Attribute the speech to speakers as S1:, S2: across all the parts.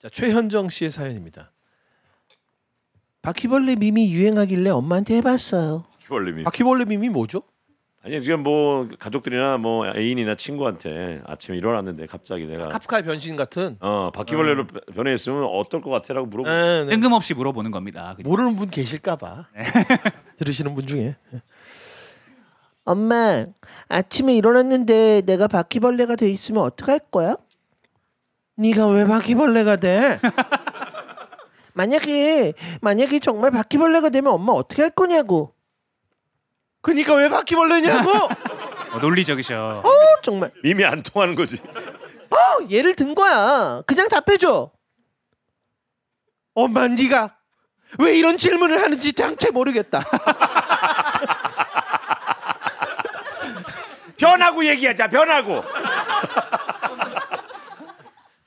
S1: 자 최현정 씨의 사연입니다. 바퀴벌레 밈이 유행하길래 엄마한테 해봤어요.
S2: 바퀴벌레미.
S1: 바퀴벌레 밈이 뭐죠?
S2: 아니 지금 뭐 가족들이나 뭐 애인이나 친구한테 아침에 일어났는데 갑자기 내가
S1: 카프카의 변신 같은.
S2: 어 바퀴벌레로 변해 있으면 어떨 것 같아라고 물어보. 고
S1: 네, 네.
S3: 뜬금없이 물어보는 겁니다. 그냥.
S1: 모르는 분 계실까봐 들으시는 분 중에. 엄마 아침에 일어났는데 내가 바퀴벌레가 돼 있으면 어떡할 거야? 네가 왜 바퀴벌레가 돼? 만약에 만약에 정말 바퀴벌레가 되면 엄마 어떻게 할 거냐고. 그니까 왜 바퀴벌레냐고?
S3: 어, 논리적이셔.
S1: 어 정말.
S2: 밈이 안 통하는 거지.
S1: 어 얘를 든 거야. 그냥 답해줘. 엄마 네가 왜 이런 질문을 하는지 당최 모르겠다.
S2: 변하고 얘기하자. 변하고.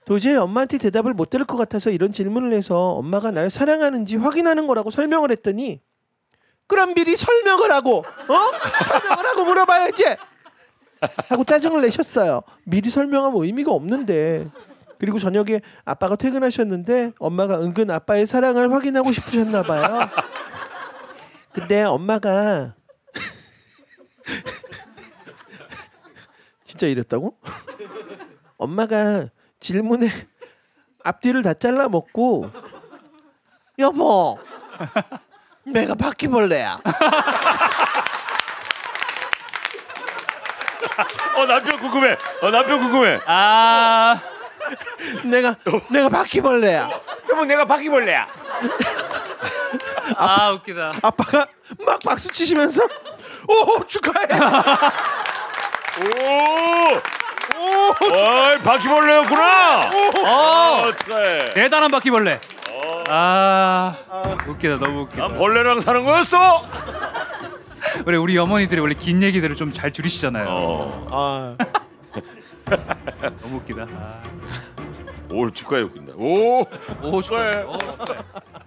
S1: 도저히 엄마한테 대답을 못 들을 것 같아서 이런 질문을 해서 엄마가 날 사랑하는지 확인하는 거라고 설명을 했더니 그럼 미리 설명을 하고 어? 설명을 하고 물어봐야지 하고 짜증을 내셨어요. 미리 설명하면 의미가 없는데 그리고 저녁에 아빠가 퇴근하셨는데 엄마가 은근 아빠의 사랑을 확인하고 싶으셨나 봐요. 근데 엄마가 진짜 이랬다고? 엄마가 질문에 앞뒤를 다 잘라 먹고 여보 내가 바퀴벌레야
S2: 어 남편 궁금해. 어 남편 궁금해.
S3: 아
S1: 내가 내가 바퀴벌레야
S2: 그럼 내가 바퀴벌레야.
S3: 아 웃기다.
S1: 아빠가 막 박수 치시면서 오 축하해
S2: 오. 오. 어이 바퀴벌레였구나. 어 축하해.
S3: 대단한 바퀴벌레. 아 웃기다 너무 웃기다.
S2: 난 벌레랑 사는 거였어.
S3: 우리 우리 어머니들이 원래 긴 얘기들을 좀 잘 줄이시잖아요.
S2: 어.
S1: 아
S3: 너무 웃기다. 아.
S2: 오 축하해 웃긴다. 오.
S3: 오 좋아요.